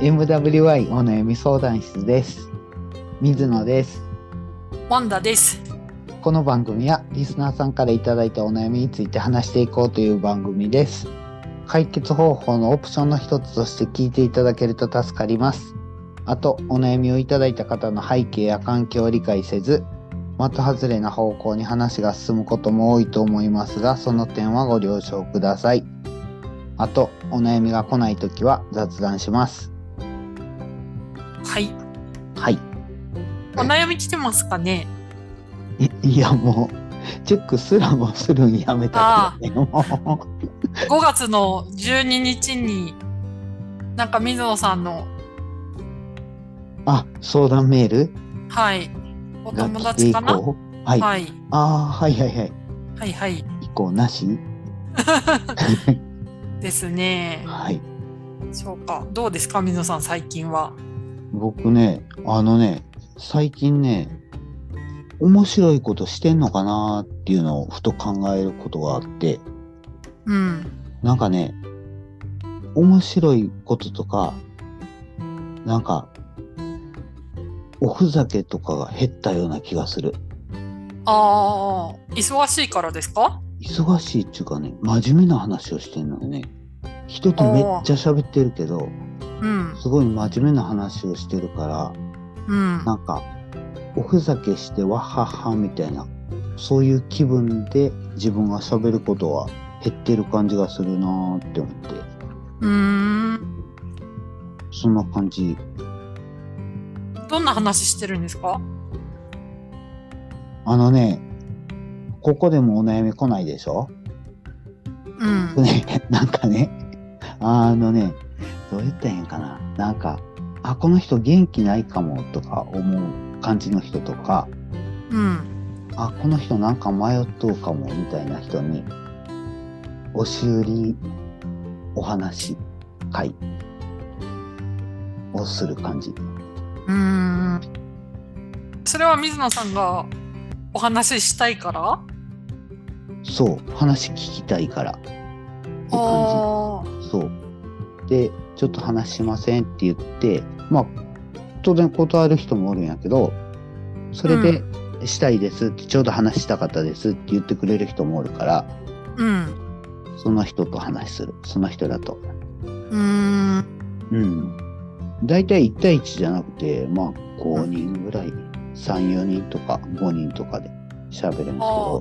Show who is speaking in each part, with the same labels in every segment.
Speaker 1: MWI お悩み相談室です水野です
Speaker 2: ワンダです。
Speaker 1: この番組はリスナーさんからいただいたお悩みについて話していこうという番組です解決方法のオプションの一つとして聞いていただけると助かりますあとお悩みをいただいた方の背景や環境を理解せず的外れな方向に話が進むことも多いと思いますがその点はご了承くださいあとお悩みが来ないときは雑談します
Speaker 2: はい。
Speaker 1: はい
Speaker 2: お悩み来てますかね。
Speaker 1: い いやもうチェックすらもするんやめたけどねもう
Speaker 2: 5月の12日に、なんか水野さんの、
Speaker 1: あ相談メール
Speaker 2: はい、お
Speaker 1: が来
Speaker 2: 友
Speaker 1: て
Speaker 2: 達
Speaker 1: 以
Speaker 2: かな。
Speaker 1: 降はい、あ
Speaker 2: はい。
Speaker 1: あーはいはいはい
Speaker 2: はいはい。
Speaker 1: 以降な し
Speaker 2: ですね。
Speaker 1: はい
Speaker 2: そうか。どうですか、水野さん、最近は。
Speaker 1: 僕ねあのね最近ね面白いことしてんのかなーっていうのをふと考えることがあって
Speaker 2: うん。
Speaker 1: なんかね面白いこととかなんかおふざけとかが減ったような気がする
Speaker 2: ああ、忙しいからですか
Speaker 1: 忙しいっていうかね真面目な話をしてんのよね人とめっちゃ喋ってるけど
Speaker 2: うん。
Speaker 1: すごい真面目な話をしてるから
Speaker 2: うん。
Speaker 1: なんかおふざけしてわははみたいなそういう気分で自分が喋ることは減ってる感じがするなーって思って
Speaker 2: うーん。
Speaker 1: そんな感じ
Speaker 2: どんな話してるんですか
Speaker 1: あのねここでもお悩み来ないでしょ
Speaker 2: うん。
Speaker 1: ね、 なんかね、あのね、どう言ったらいいんかな。なんか、あ、この人元気ないかもとか思う感じの人とか、
Speaker 2: うん。
Speaker 1: あ、この人なんか迷っとうかもみたいな人に、押し売りお話会をする感じ。
Speaker 2: うーん。それは水野さんがお話ししたいから
Speaker 1: そう、話聞きたいから。って感
Speaker 2: あー
Speaker 1: じ。そう。で、ちょっと話しませんって言って、まあ、当然断る人もおるんやけど、それで、したいですって、ちょうど話したかったですって言ってくれる人もおるから、
Speaker 2: うん
Speaker 1: その人と話する。その人だと。
Speaker 2: うんうーん
Speaker 1: うん。だいたい1対1じゃなくて、まあ、5人ぐらい、3、4人とか5人とかで喋るんです
Speaker 2: あ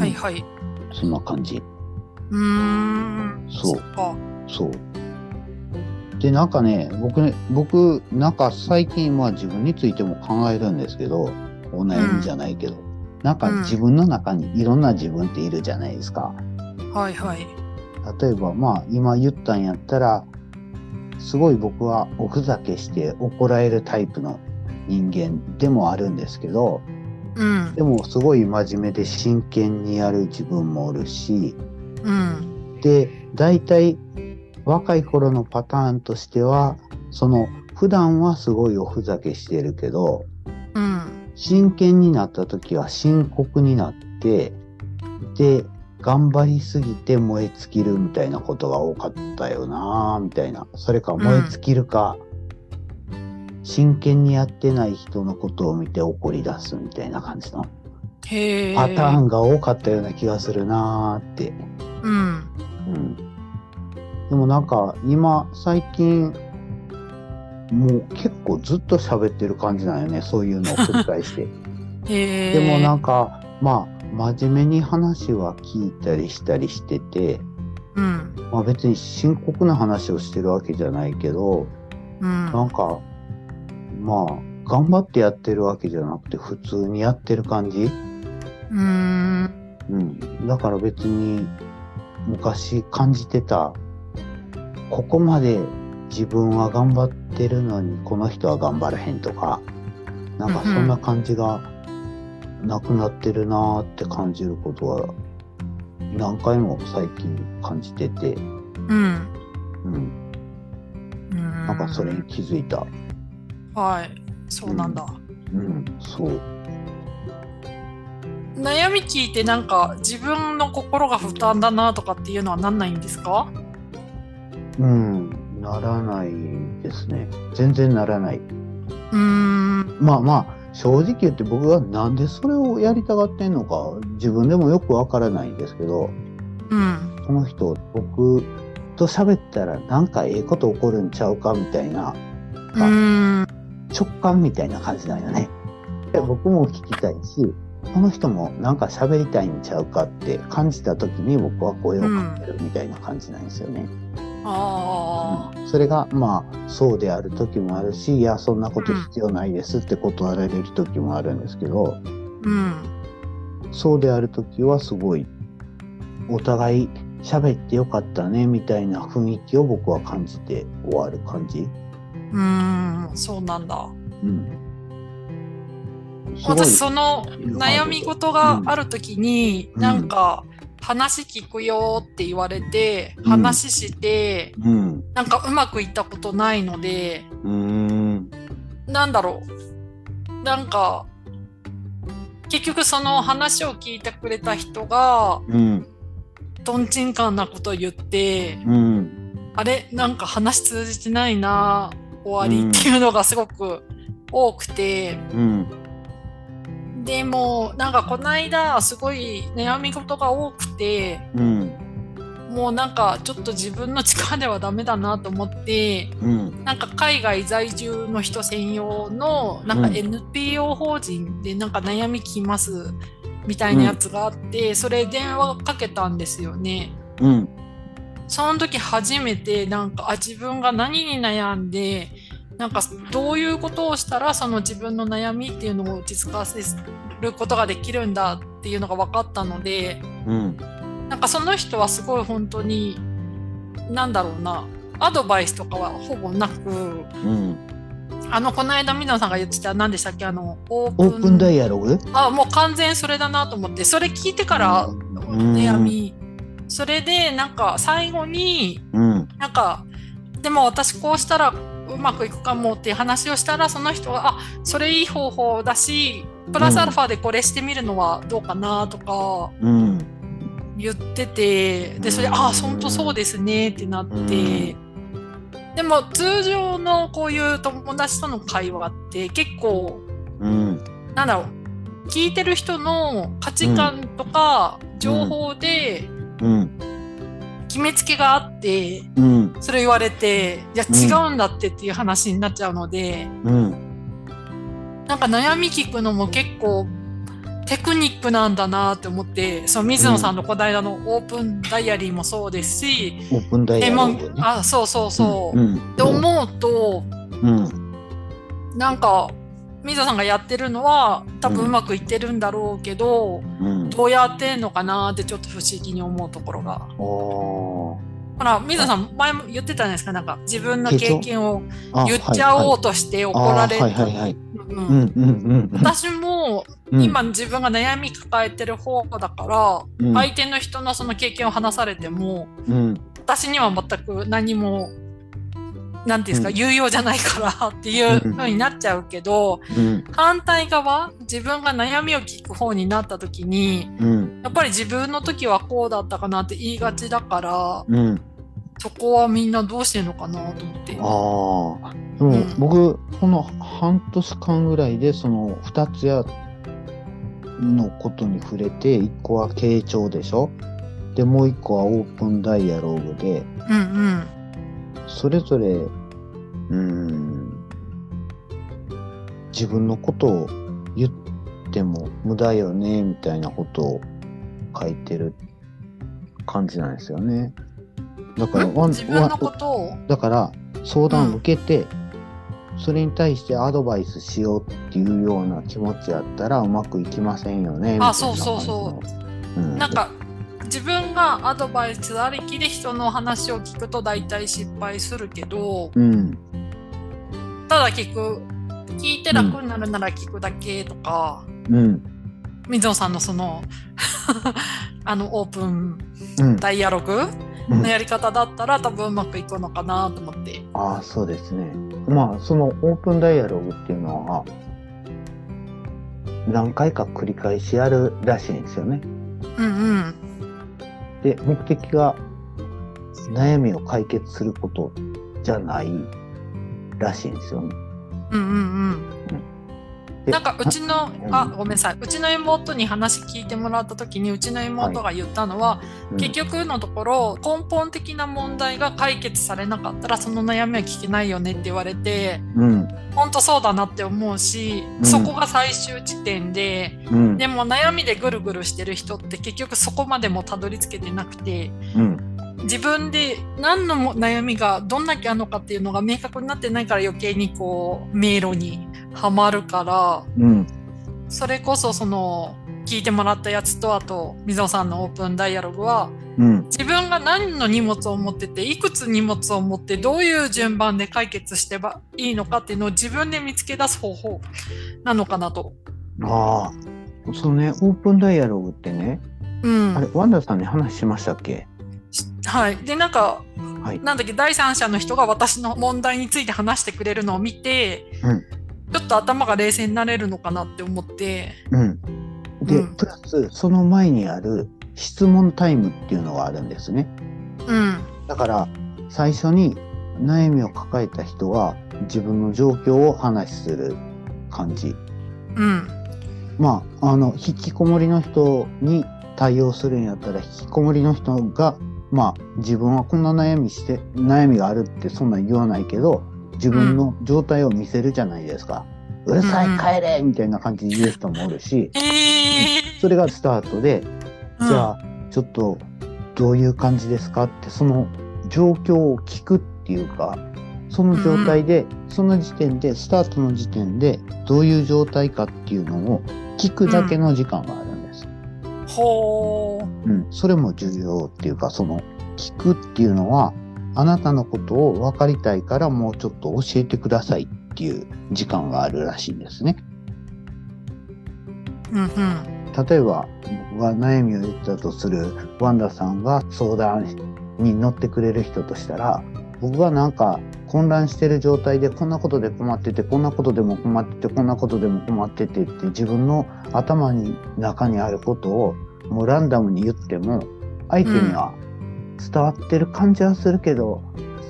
Speaker 2: はいはい
Speaker 1: けど、そんな感じ。
Speaker 2: うーん
Speaker 1: そう
Speaker 2: っか
Speaker 1: そう。で、なんかね、僕ね、僕、なんか最近、まあ自分についても考えるんですけど、お悩みじゃないけど、なんか
Speaker 2: うん
Speaker 1: 自分の中にいろんな自分っているじゃないですか。
Speaker 2: はいはい
Speaker 1: 例えば、まあ今言ったんやったら、すごい僕はおふざけして怒られるタイプの人間でもあるんですけど、
Speaker 2: うん
Speaker 1: でもすごい真面目で真剣にやる自分もおるし、
Speaker 2: うん
Speaker 1: で大体若い頃のパターンとしてはその普段はすごいおふざけしてるけど
Speaker 2: うん
Speaker 1: 真剣になった時は深刻になってで頑張りすぎて燃え尽きるみたいなことが多かったよなみたいなそれか
Speaker 2: ん
Speaker 1: 燃え尽きるか、真剣にやってない人のことを見て怒り出すみたいな感じの
Speaker 2: へえ
Speaker 1: パターンが多かったような気がするなーって
Speaker 2: うん
Speaker 1: うんでもなんか今最近もう結構ずっと喋ってる感じなんよねそういうのを繰り返して
Speaker 2: へえ
Speaker 1: でもなんんかまあ真面目に話は聞いたりしたりしてて、
Speaker 2: うん
Speaker 1: まあ、別に深刻な話をしてるわけじゃないけど
Speaker 2: うん
Speaker 1: なんかまあ頑張ってやってるわけじゃなくて普通にやってる感じ、
Speaker 2: うーん
Speaker 1: うん、だから別に昔感じてたここまで自分は頑張ってるのにこの人は頑張らへんとかなんか
Speaker 2: うんうん
Speaker 1: そんな感じがなくなってるなーって感じることは何回も最近感じてて、
Speaker 2: うん
Speaker 1: うん、
Speaker 2: うん
Speaker 1: なんかそれに気づいた、
Speaker 2: はいそうなんだ
Speaker 1: うん、そう
Speaker 2: 悩み聞いてなんか自分の心が負担だなとかっていうのはなんないんですか
Speaker 1: うん、ならないですね。全然ならない。
Speaker 2: うーん。
Speaker 1: まあまあ、正直言って僕はなんでそれをやりたがってんのか、自分でもよくわからないんですけど、
Speaker 2: うん。
Speaker 1: この人、僕と喋ったらなんかええこと起こるんちゃうかみたいな
Speaker 2: うーん。
Speaker 1: 直感みたいな感じなんよね。で僕も聞きたいし、この人もなんか喋りたいんちゃうかって感じた時に僕は声をかけるみたいな感じなんですよね。
Speaker 2: あ
Speaker 1: それがまあそうである時もあるしいやそんなこと必要ないですって断られる時もあるんですけど
Speaker 2: あ。うん。
Speaker 1: そうである時はすごいお互い喋ってよかったねみたいな雰囲気を僕は感じて終わる感じ。
Speaker 2: うーん。そうなんだ。
Speaker 1: うん、すごい
Speaker 2: 私、その悩み事があるときに、
Speaker 1: うん
Speaker 2: なんか、話聞くよって言われて、
Speaker 1: ん
Speaker 2: 話して、
Speaker 1: うん
Speaker 2: なんかうまくいったことないので、
Speaker 1: うーん
Speaker 2: なんだろう。なんか、結局その話を聞いてくれた人が、
Speaker 1: うん
Speaker 2: とんちんかんなこと言って、
Speaker 1: うん
Speaker 2: あれなんか話通じてないな終わりっていうのがすごく多くて、
Speaker 1: うん
Speaker 2: でもなんかこの間すごい悩み事が多くて
Speaker 1: うん
Speaker 2: もうなんかちょっと自分の力ではダメだなと思って
Speaker 1: うん
Speaker 2: なんか海外在住の人専用のなんか
Speaker 1: うん
Speaker 2: NPO 法人でなんか悩み聞きますみたいなやつがあって、それ電話かけたんですよね。
Speaker 1: うん
Speaker 2: その時初めてなんかあ自分が何に悩んでなんかどういうことをしたらその自分の悩みっていうのを実現せることができるんだっていうのが分かったので
Speaker 1: うん
Speaker 2: なんかその人はすごい本当になんだろうなアドバイスとかはほぼなく
Speaker 1: うん
Speaker 2: あのこの間皆さんが言ってた何でしたっけあのオープ
Speaker 1: オ
Speaker 2: ン
Speaker 1: ープンダイアログ
Speaker 2: あもう完全それだなと思ってそれ聞いてから
Speaker 1: うん
Speaker 2: 悩みそれでなんか最後に
Speaker 1: うん
Speaker 2: なんかでも私こうしたらうまくいくかもっていう話をしたらその人はあそれいい方法だしプラスアルファでこれしてみるのはどうかなとか
Speaker 1: うん
Speaker 2: 言っててでそれ
Speaker 1: うん
Speaker 2: あ本当そうですねってなってでも通常のこういう友達との会話って結構
Speaker 1: うん
Speaker 2: なんだろう聞いてる人の価値観とか情報で
Speaker 1: うん
Speaker 2: 決めつけがあって
Speaker 1: うん
Speaker 2: それ言われていや
Speaker 1: うん
Speaker 2: 違うんだってっていう話になっちゃうので、
Speaker 1: うん
Speaker 2: なんか悩み聞くのも結構テクニックなんだなって思ってその水野さんのこの間のオープンダイアリーもそうですし、
Speaker 1: オープンダイ
Speaker 2: で
Speaker 1: ア
Speaker 2: も
Speaker 1: ログね
Speaker 2: あそうそうそう、っ
Speaker 1: ん
Speaker 2: て思うと
Speaker 1: うん
Speaker 2: なんか水野さんがやってるのは多分うまくいってるんだろうけど、
Speaker 1: うん
Speaker 2: どうやってんのかなってちょっと不思議に思うところが。
Speaker 1: お
Speaker 2: ほら水野さん前も言ってたじゃないですかなんか自分の
Speaker 1: 結
Speaker 2: 経
Speaker 1: 論
Speaker 2: 験を
Speaker 1: ーあ
Speaker 2: 言っちゃお
Speaker 1: は
Speaker 2: うとして怒ら
Speaker 1: いはい
Speaker 2: れ
Speaker 1: あー
Speaker 2: た
Speaker 1: はいはいはい
Speaker 2: うん
Speaker 1: うんうんうん
Speaker 2: 私も
Speaker 1: うん
Speaker 2: 今自分が悩み抱えてる方だから、
Speaker 1: うん
Speaker 2: 相手の人のその経験を話されても
Speaker 1: うん
Speaker 2: 私には全く何も何ていうんですか、
Speaker 1: うん
Speaker 2: 有用じゃないからっていうふうになっちゃうけど、
Speaker 1: うん
Speaker 2: 反対側自分が悩みを聞く方になった時に
Speaker 1: うん
Speaker 2: やっぱり自分の時はこうだったかなって言いがちだから
Speaker 1: うん
Speaker 2: そこはみんなどうしてるのかなと思って。
Speaker 1: ああでも
Speaker 2: うん
Speaker 1: 僕この半年間ぐらいでその2つやのことに触れて1個は傾聴でしょでもう1個はオープンダイアログで
Speaker 2: うんうん
Speaker 1: それぞれうーん自分のことを言っても無駄よねみたいなことを書いてる感じなんですよね。だから
Speaker 2: ん
Speaker 1: わん
Speaker 2: 自分のことを。
Speaker 1: だから相談を受けて、それに対してアドバイスしようっていうような気持ちやったらうまくいきませんよねみたいな感じの。。
Speaker 2: そうそうそうなんか自分がアドバイスありきで人の話を聞くと大体失敗するけど
Speaker 1: うん
Speaker 2: ただ聞く聞いて楽になるなら聞くだけとか、
Speaker 1: うん
Speaker 2: 水野さんのその あのオープン
Speaker 1: うん。
Speaker 2: ダイアログ
Speaker 1: うん
Speaker 2: のやり方だったら多分うまくいくのかなと思って。
Speaker 1: ああそうですねまあそのオープンダイアログっていうのは何回か繰り返しやるらしいんですよね
Speaker 2: うん
Speaker 1: で目的が悩みを解決することじゃないらしいんですよね。
Speaker 2: うんうんう
Speaker 1: で
Speaker 2: ん。なんかうちの
Speaker 1: う、ん
Speaker 2: あ、ごめんなさい。うちの妹に話聞いてもらった時に、うちの妹が言ったのは、
Speaker 1: うん
Speaker 2: 結局のところ、根本的な問題が解決されなかったら、その悩みは聞けないよねって言われて、
Speaker 1: うん
Speaker 2: 本当そうだなって思うし、
Speaker 1: うん
Speaker 2: そこが最終地点で、
Speaker 1: うん
Speaker 2: でも悩みでぐるぐるしてる人って結局そこまでもたどり着けてなくて、
Speaker 1: うん
Speaker 2: 自分で何のも悩みがどんだけあるのかっていうのが明確になってないから余計にこう迷路にはまるから
Speaker 1: うん
Speaker 2: それこそその聞いてもらったやつとあと水野さんのオープンダイアログは
Speaker 1: うん
Speaker 2: 自分が何の荷物を持ってていくつ荷物を持ってどういう順番で解決してばいいのかっていうのを自分で見つけ出す方法なのかなと。
Speaker 1: ああそのねオープンダイアログってね、
Speaker 2: うん
Speaker 1: あれワンダさんに話しましたっけ
Speaker 2: はい、でなんか、
Speaker 1: はい
Speaker 2: なんだっけ第三者の人が私の問題について話してくれるのを見て、
Speaker 1: うん
Speaker 2: ちょっと頭が冷静になれるのかなって思って、
Speaker 1: うんで、
Speaker 2: うん
Speaker 1: プラスその前にある質問タイムっていうのがあるんですね
Speaker 2: うん
Speaker 1: だから最初に悩みを抱えた人が自分の状況を話しする感じ
Speaker 2: うん
Speaker 1: まあ、あの引きこもりの人に対応するんやったら引きこもりの人が、まあ、自分はこんな悩みして悩みがあるってそんなん言わないけど自分の状態を見せるじゃないですか。うるさ
Speaker 2: うんう
Speaker 1: い
Speaker 2: ん
Speaker 1: 帰れみたいな感じで言う人もおるし
Speaker 2: えー
Speaker 1: それがスタートで
Speaker 2: うん
Speaker 1: じゃあちょっとどういう感じですかってその状況を聞くっていうかその状態でその時点でスタートの時点でどういう状態かっていうのを聞くだけの時間があるんです。
Speaker 2: ほう
Speaker 1: うん、それも重要っていうかその聞くっていうのはあなたのことを分かりたいからもうちょっと教えてくださいっていう時間があるらしいんですね。
Speaker 2: うんうん
Speaker 1: 例えば僕が悩みを言ったとするワンダさんが相談に乗ってくれる人としたら僕がなんか混乱してる状態でこんなことで困っててこんなことでも困っててこんなことでも困っててって自分の頭に中にあることをもうランダムに言っても相手には伝わってる感じはするけど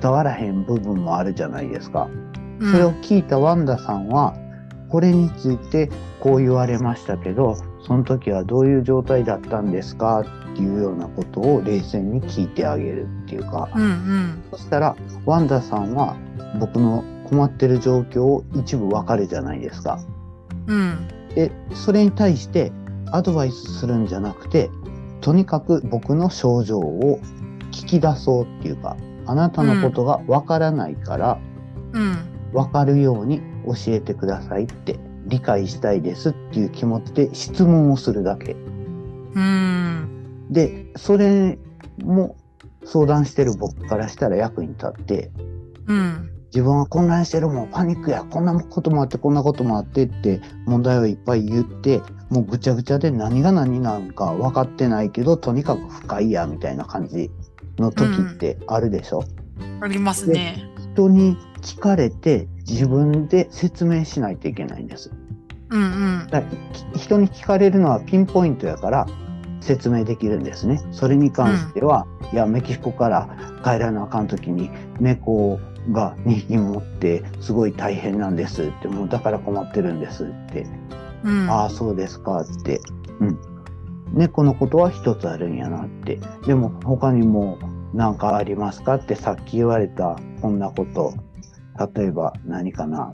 Speaker 1: 伝わらへん部分もあるじゃないですか。
Speaker 2: うん
Speaker 1: それを聞いたワンダさんは、これについてこう言われましたけど、その時はどういう状態だったんですかっていうようなことを冷静に聞いてあげるっていうか、
Speaker 2: うんうん
Speaker 1: そしたらワンダさんは僕の困ってる状況を一部わかるじゃないですか。
Speaker 2: うん
Speaker 1: で、それに対してアドバイスするんじゃなくて、とにかく僕の症状を聞き出そうっていうか、あなたのことがわからないから、
Speaker 2: うん
Speaker 1: 分かるように教えてくださいって理解したいですっていう気持ちで質問をするだけ
Speaker 2: うん
Speaker 1: でそれも相談してる僕からしたら役に立って
Speaker 2: うん
Speaker 1: 自分は混乱してるもんパニックやこんなこともあってこんなこともあってって問題をいっぱい言ってもうぐちゃぐちゃで何が何なんか分かってないけどとにかく不快やみたいな感じの時ってあるでしょ、
Speaker 2: ありますね
Speaker 1: 人に聞かれて自分で説明しないといけないんです
Speaker 2: うんうん
Speaker 1: だき人に聞かれるのはピンポイントやから説明できるんですね。それに関しては、いやメキシコから帰らなあかん時に猫が2匹持ってすごい大変なんですってもうだから困ってるんですって、
Speaker 2: うん
Speaker 1: ああそうですかって、うん、猫のことは一つあるんやなってでも他にも何かありますかってさっき言われたこんなこと例えば何かな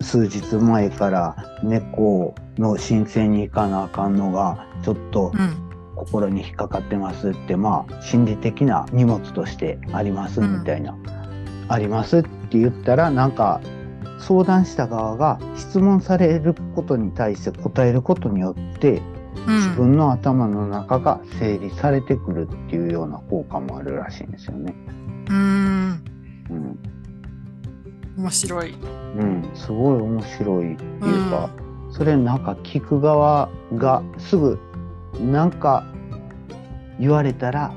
Speaker 1: 数日前から猫の申請に行かなあかんのがちょっと
Speaker 2: うん
Speaker 1: 心に引っかかってますってまあ心理的な荷物としてありますみたいな、ありますって言ったらなんか相談した側が質問されることに対して答えることによって
Speaker 2: う
Speaker 1: 自
Speaker 2: ん
Speaker 1: 分の頭の中が整理されてくるっていうような効果もあるらしいんですよね。
Speaker 2: うん
Speaker 1: うん、
Speaker 2: 面白い
Speaker 1: うん、すごい面白いっていう
Speaker 2: うん
Speaker 1: か、それなんか聞く側がすぐなんか言われたら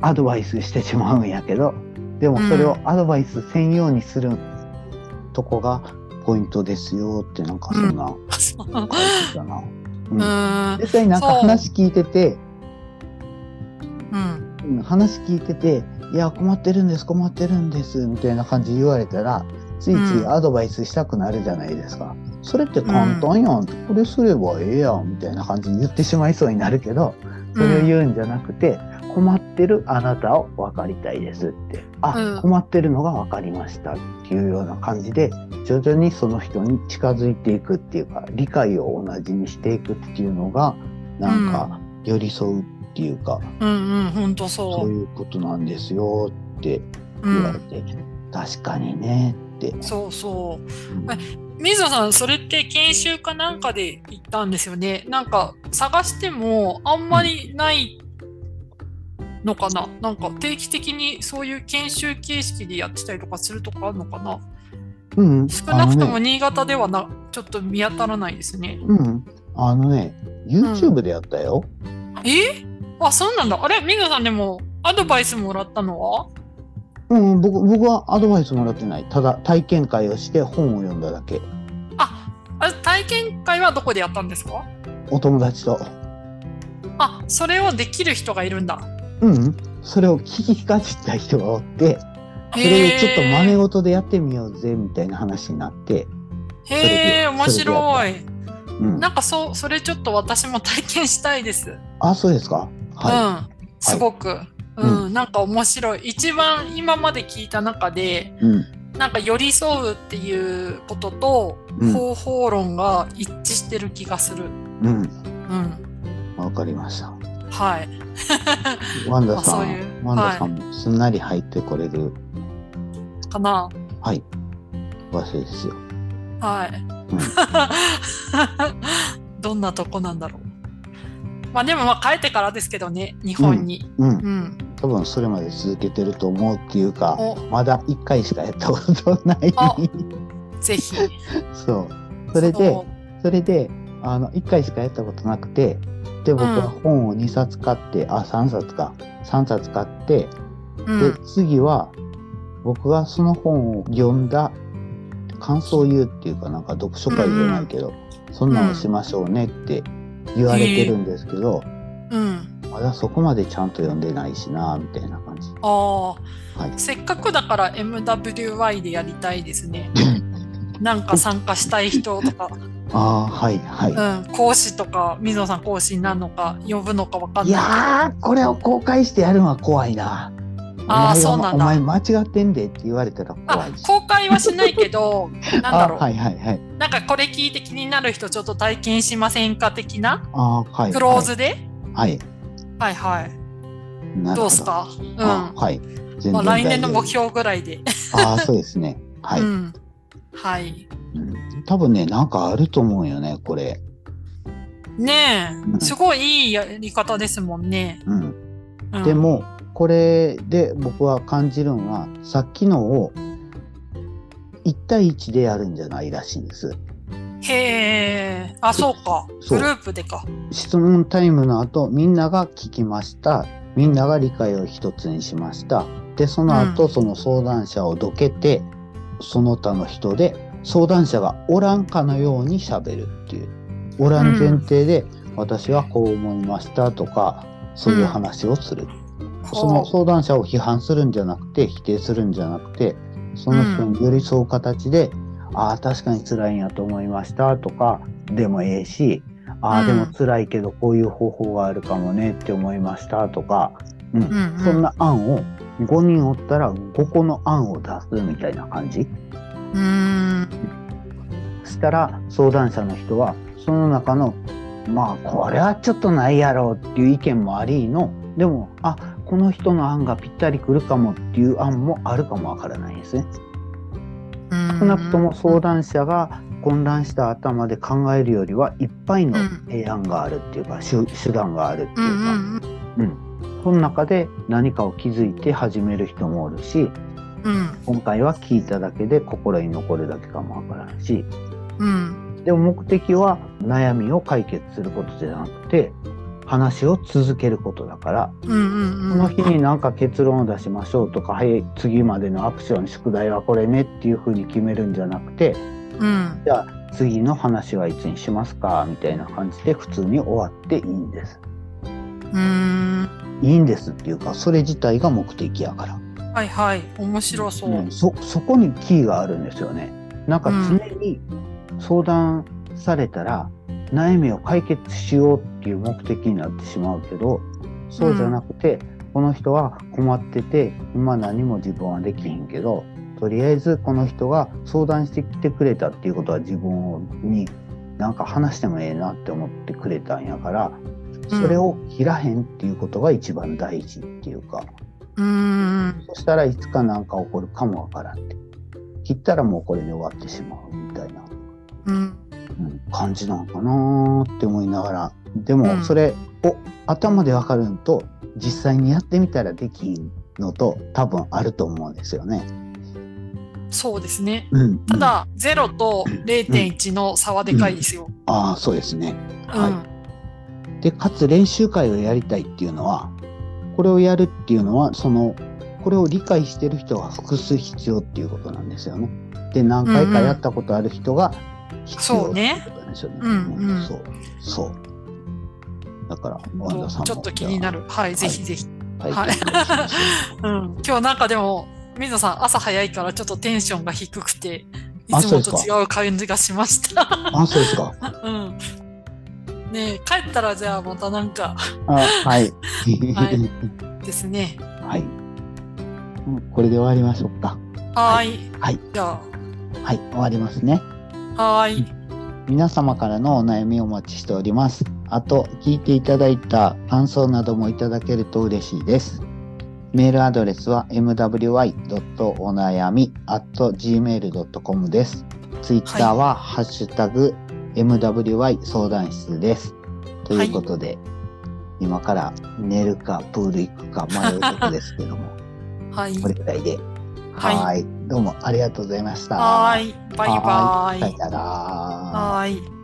Speaker 1: アドバイスしてしまうんやけどでもそれをアドバイスせんようにするとこがポイントですよってなんかそんな書いてたな。うん
Speaker 2: うん
Speaker 1: 絶対なんか
Speaker 2: そう
Speaker 1: 話聞いてて
Speaker 2: うん
Speaker 1: うん話聞いてていや困ってるんです困ってるんですみたいな感じで言われたらついついアドバイスしたくなるじゃないですか、それって簡単やん、これすればええやんみたいな感じで言ってしまいそうになるけどそれを言うんじゃなくて、困ってるあなたを分かりたいですってあ、
Speaker 2: うん
Speaker 1: 困ってるのが分かりましたっていうような感じで徐々にその人に近づいていくっていうか理解を同じにしていくっていうのがなんか寄り添うっていうか、
Speaker 2: うんうん、本当そ
Speaker 1: そう
Speaker 2: う。
Speaker 1: いうことなんですよって
Speaker 2: う
Speaker 1: 言われ
Speaker 2: ん、
Speaker 1: て、確かにねって。
Speaker 2: そうそう。
Speaker 1: うん
Speaker 2: 水野さん、それって研修かなんかで行ったんですよね。なんか探してもあんまりないのかな。なんか定期的にそういう研修形式でやってたりとかするとかあるのかな。
Speaker 1: うん、
Speaker 2: 少なくとも
Speaker 1: あのね
Speaker 2: 新潟ではな、ちょっと見当たらないですね。
Speaker 1: うん、あのね、YouTube でやったよ。
Speaker 2: えあ、そうなんだ。あれ水野さんでもアドバイスもらったのは
Speaker 1: うん、僕僕はアドバイスもらってない。ただ体験会をして本を読んだだけ。
Speaker 2: あ、あ体験会はどこでやったんですか
Speaker 1: お友達と。
Speaker 2: あ、それをできる人がいるんだ。
Speaker 1: うん、それを聞きかじった人がおって、それでちょっと真似事でやってみようぜみたいな話になって。
Speaker 2: へーへえ、面白い。
Speaker 1: うん、
Speaker 2: なんかそう、それちょっと私も体験したいです。
Speaker 1: あ、そうですか。は
Speaker 2: うん、すごく。うん、なんか面白い。一番今まで聞いた中で、
Speaker 1: い。うん、
Speaker 2: なんか寄り添うっていうことと
Speaker 1: うん
Speaker 2: 方法論が一致してる気がする。
Speaker 1: うん、
Speaker 2: うん、
Speaker 1: わかりました。
Speaker 2: はい。
Speaker 1: ワンダ
Speaker 2: ま
Speaker 1: さ
Speaker 2: あそうい
Speaker 1: ん、
Speaker 2: う
Speaker 1: ワンダさんもすんなり入ってこれる。
Speaker 2: かな。
Speaker 1: はい。場所ですよ。
Speaker 2: はい。 どんなとこなんだろう。まあでもまあ帰ってからですけどね、日本に。
Speaker 1: う
Speaker 2: うん
Speaker 1: ん。。多分それまで続けてると思うっていうか、
Speaker 2: お、
Speaker 1: まだ1回しかやったことない
Speaker 2: あぜひ。
Speaker 1: そうそれで
Speaker 2: そう
Speaker 1: それであの1回しかやったことなくてで僕は本を2冊買って、あ3冊か3冊買って
Speaker 2: う
Speaker 1: で
Speaker 2: ん、
Speaker 1: 次は僕がその本を読んだ感想を言うっていうかなんか読書会じゃないけど、そんなのしましょうねって言われてるんですけど、
Speaker 2: うん。
Speaker 1: まだそこまでちゃんと読んでないしなみたいな感じ。
Speaker 2: あ
Speaker 1: はい
Speaker 2: あ、せっかくだから MWY でやりたいですね。なんか参加したい人とか、
Speaker 1: ああーはいはい。
Speaker 2: うん、講師とか、水野さん講師になるのか、呼ぶのかわか
Speaker 1: い
Speaker 2: んない。
Speaker 1: やーこれを公開してやるのは怖いな。
Speaker 2: あー
Speaker 1: お前が
Speaker 2: そうなんだ
Speaker 1: お前間違ってんでって言われたら怖
Speaker 2: あ
Speaker 1: いし。
Speaker 2: 公開はしないけど、なんだろう、
Speaker 1: あはいはいはい。
Speaker 2: なんかこれ聞いて気になる人、ちょっと体験しませんか的な、
Speaker 1: あーはい。
Speaker 2: クローズで、
Speaker 1: はい。
Speaker 2: はい、はいはい
Speaker 1: なるほ
Speaker 2: どうすか、うん
Speaker 1: あはい。全然
Speaker 2: まあ、来年の
Speaker 1: 大丈夫
Speaker 2: 目標ぐらいで。
Speaker 1: ああそうですね。はい、
Speaker 2: う
Speaker 1: うん
Speaker 2: んはい、
Speaker 1: 多分ねなんかあると思うよねこれ。
Speaker 2: ね
Speaker 1: う
Speaker 2: え、
Speaker 1: ん
Speaker 2: すごいいいやり方ですもんね。
Speaker 1: うん。
Speaker 2: うん
Speaker 1: でもこれで僕は感じるのはさっきのを1対1でやるんじゃないらしいんです。
Speaker 2: へえ、あ、そうか。
Speaker 1: そう
Speaker 2: グループでか。
Speaker 1: 質問タイムの後みんなが聞きましたみんなが理解を一つにしましたでその後、その相談者をどけてその他の人で相談者がおらんかのようにしゃべるっていうおらん前提で、私はこう思いましたとかそういう話をする、その
Speaker 2: ほ
Speaker 1: 相談者を批判するんじゃなくて否定するんじゃなくてその人に寄り添う形で、ああ確かに辛いんやと思いましたとかでもええしあ
Speaker 2: う
Speaker 1: あ
Speaker 2: ん
Speaker 1: でも辛いけどこういう方法があるかもねって思いましたとか、うん
Speaker 2: ううんうん
Speaker 1: そんな案を5人おったら5個の案を出すみたいな感じ
Speaker 2: うーん。
Speaker 1: したら相談者の人はその中のまあこれはちょっとないやろうっていう意見もありのでもあこの人の案がぴったりくるかもっていう案もあるかもわからないですね。少
Speaker 2: 少
Speaker 1: なくとも相談者が混乱した頭で考えるよりはいっぱいの提案があるっていうか手手段があるって
Speaker 2: うんう
Speaker 1: いうか。
Speaker 2: ん
Speaker 1: その中で何かを気づいて始める人もおるし
Speaker 2: うん
Speaker 1: 今回は聞いただけで心に残るだけかもわからんし
Speaker 2: うん
Speaker 1: でも目的は悩みを解決することじゃなくて話を続けることだから
Speaker 2: うんうん
Speaker 1: その日に何か結論を出しましょうとか、はい、次までのアクション宿題はこれねっていうふうに決めるんじゃなくて
Speaker 2: うん
Speaker 1: じゃあ次の話はいつにしますかみたいな感じで普通に終わっていいんです。
Speaker 2: うーん
Speaker 1: いいんですっていうかそれ自体が目的やから。
Speaker 2: はいはい面白そう、
Speaker 1: うん、そそこにキーがあるんですよね。なんか常に相談されたら、悩みを解決しようっていう目的になってしまうけどそうじゃなくて、この人は困ってて今何も自分はできへんけどとりあえずこの人が相談してきてくれたっていうことは自分になんか話してもええなって思ってくれたんやからそれを切らへんっていうことが一番大事っていうか。
Speaker 2: うーん
Speaker 1: そしたらいつか何か起こるかもわからんって。切ったらもうこれで終わってしまうみたいな、
Speaker 2: うん
Speaker 1: うん感じなのかなーって思いながら。で
Speaker 2: うん
Speaker 1: もそれを頭でわかるのと実際にやってみたらできんのと多分あると思うんですよね。
Speaker 2: そうですね
Speaker 1: うん、
Speaker 2: た
Speaker 1: うん
Speaker 2: だ、0と0.1の差はでかいですよ、
Speaker 1: ああそうですね。
Speaker 2: うん
Speaker 1: はいでかつ練習会をやりたいっていうのはこれをやるっていうのはそのこれを理解してる人が複数必要っていうことなんですよね。で何回かやったことある人が必要
Speaker 2: そう
Speaker 1: ってい
Speaker 2: ね
Speaker 1: うことなんですよね。
Speaker 2: うんうん
Speaker 1: そうそうだからワンダさんも
Speaker 2: ちょっと気になるはい、ぜひぜひ、
Speaker 1: はい
Speaker 2: はいうん、今日なんかでも水野さん朝早いからちょっとテンションが低くてい
Speaker 1: あ
Speaker 2: つも
Speaker 1: そ
Speaker 2: と
Speaker 1: うです
Speaker 2: 違う感じがしました。
Speaker 1: あそうですか。
Speaker 2: うん、ねえ帰ったらじゃあまたなんか
Speaker 1: あはい、
Speaker 2: は
Speaker 1: はい い
Speaker 2: ですね。
Speaker 1: うんこれで終わりましょうか。
Speaker 2: はーい。
Speaker 1: はい。
Speaker 2: じゃ
Speaker 1: はい終わりますね。
Speaker 2: あ、はーい。
Speaker 1: 皆様からのお悩みをお待ちしております。あと、聞いていただいた感想などもいただけると嬉しいです。メールアドレスは mwy.onayami.gmail.com です。ツイッターは、ハッシュタグ mwy 相談室です。ということで、今から寝るかプール行くか迷うとこですけども、
Speaker 2: はい。
Speaker 1: これくらいで。
Speaker 2: は
Speaker 1: は
Speaker 2: い
Speaker 1: ーい。どうもありがとうございました。
Speaker 2: はーい。バイバ
Speaker 1: はーい
Speaker 2: イ。
Speaker 1: さよなら。
Speaker 2: はーい。